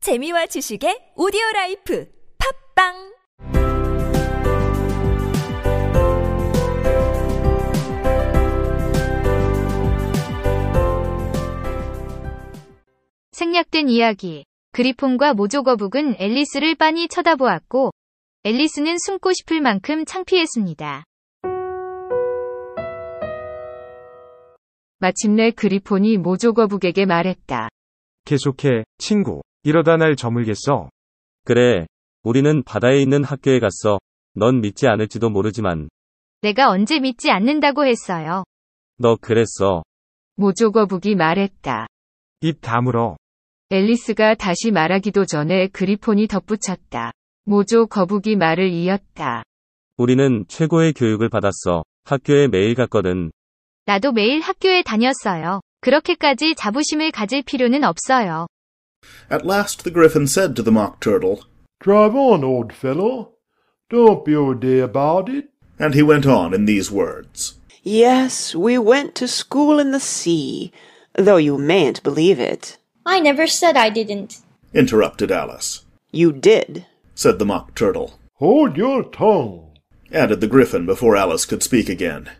재미와 지식의 오디오 라이프 팝빵 생략된 이야기. 그리폰과 모조거북은 앨리스를 빤히 쳐다보았고, 앨리스는 숨고 싶을 만큼 창피했습니다. 마침내 그리폰이 모조거북에게 말했다. 계속해, 친구. 이러다 날 저물겠어. 그래. 우리는 바다에 있는 학교에 갔어. 넌 믿지 않을지도 모르지만, 내가 언제 믿지 않는다고 했어요. 너 그랬어. 모조거북이 말했다. 입 다물어. 앨리스가 다시 말하기도 전에 그리폰이 덧붙였다. 모조거북이 말을 이었다. 우리는 최고의 교육을 받았어. 학교에 매일 갔거든. 나도 매일 학교에 다녔어요. 그렇게까지 자부심을 가질 필요는 없어요. At last the Gryphon said to the Mock Turtle, Drive on, old fellow. Don't be o'day about it. and he went on in these words. Yes, we went to school in the sea, though you mayn't believe it. I never said I didn't. Interrupted Alice. You did. Said the Mock Turtle. Hold your tongue. Added the Gryphon before Alice could speak again.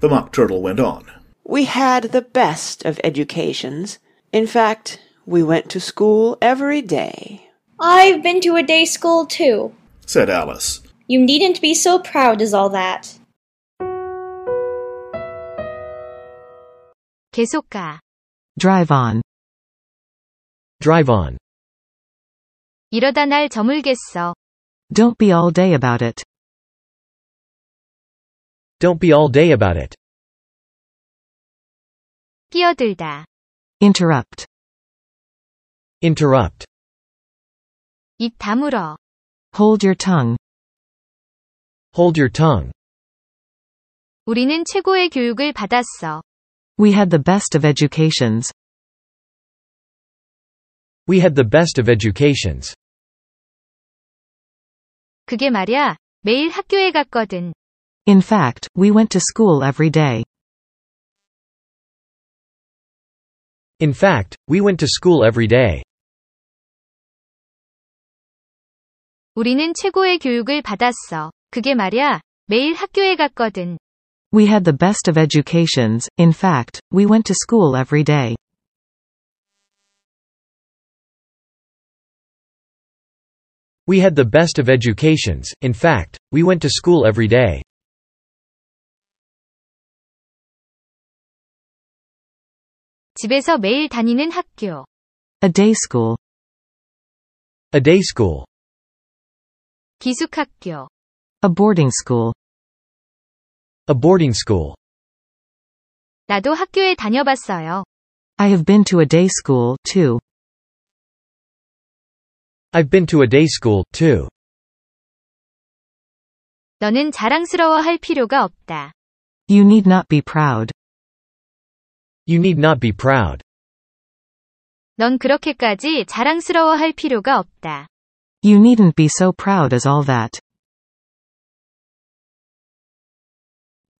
The Mock Turtle went on. We had the best of educations. In fact, we went to school every day. I've been to a day school too. Said Alice. You needn't be so proud as all that. 계속 가. Drive on. Drive on. 이러다 날 저물겠어. Don't be all day about it. Don't be all day about it. 끼어들다. Interrupt. Interrupt. 입 다물어. Hold your tongue. Hold your tongue. 우리는 최고의 교육을 받았어. We had the best of educations. We had the best of educations. 그게 말야. 매일 학교에 갔거든. In fact, we went to school every day. In fact, we went to school every day. 우리는 최고의 교육을 받았어. 그게 말야. 매일 학교에 갔거든. We had the best of educations. In fact, we went to school every day. We had the best of educations. In fact, we went to school every day. 집에서 매일 다니는 학교. A day school. A day school. 기숙학교. A boarding school. A boarding school. 나도 학교에 다녀봤어요. I have been to a day school, too. I've been to a day school, too. 너는 자랑스러워 할 필요가 없다. You need not be proud. You need not be proud. 넌 그렇게까지 자랑스러워 할 필요가 없다. You needn't be so proud as all that.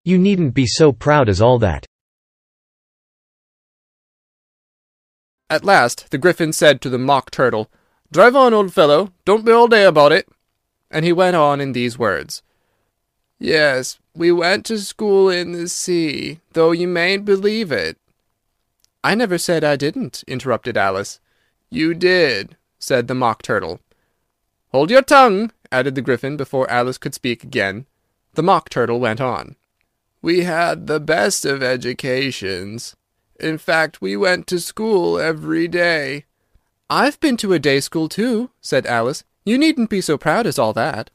You needn't be so proud as all that. At last the Gryphon said to the Mock Turtle, Drive on, old fellow, don't be all day about it. And he went on in these words Yes, we went to school in the sea, though you mayn't believe it. I never said I didn't, interrupted Alice. You did, said the Mock Turtle. Hold your tongue, added the Gryphon before Alice could speak again. The Mock Turtle went on. We had the best of educations. In fact, we went to school every day. I've been to a day school too, said Alice. You needn't be so proud as all that.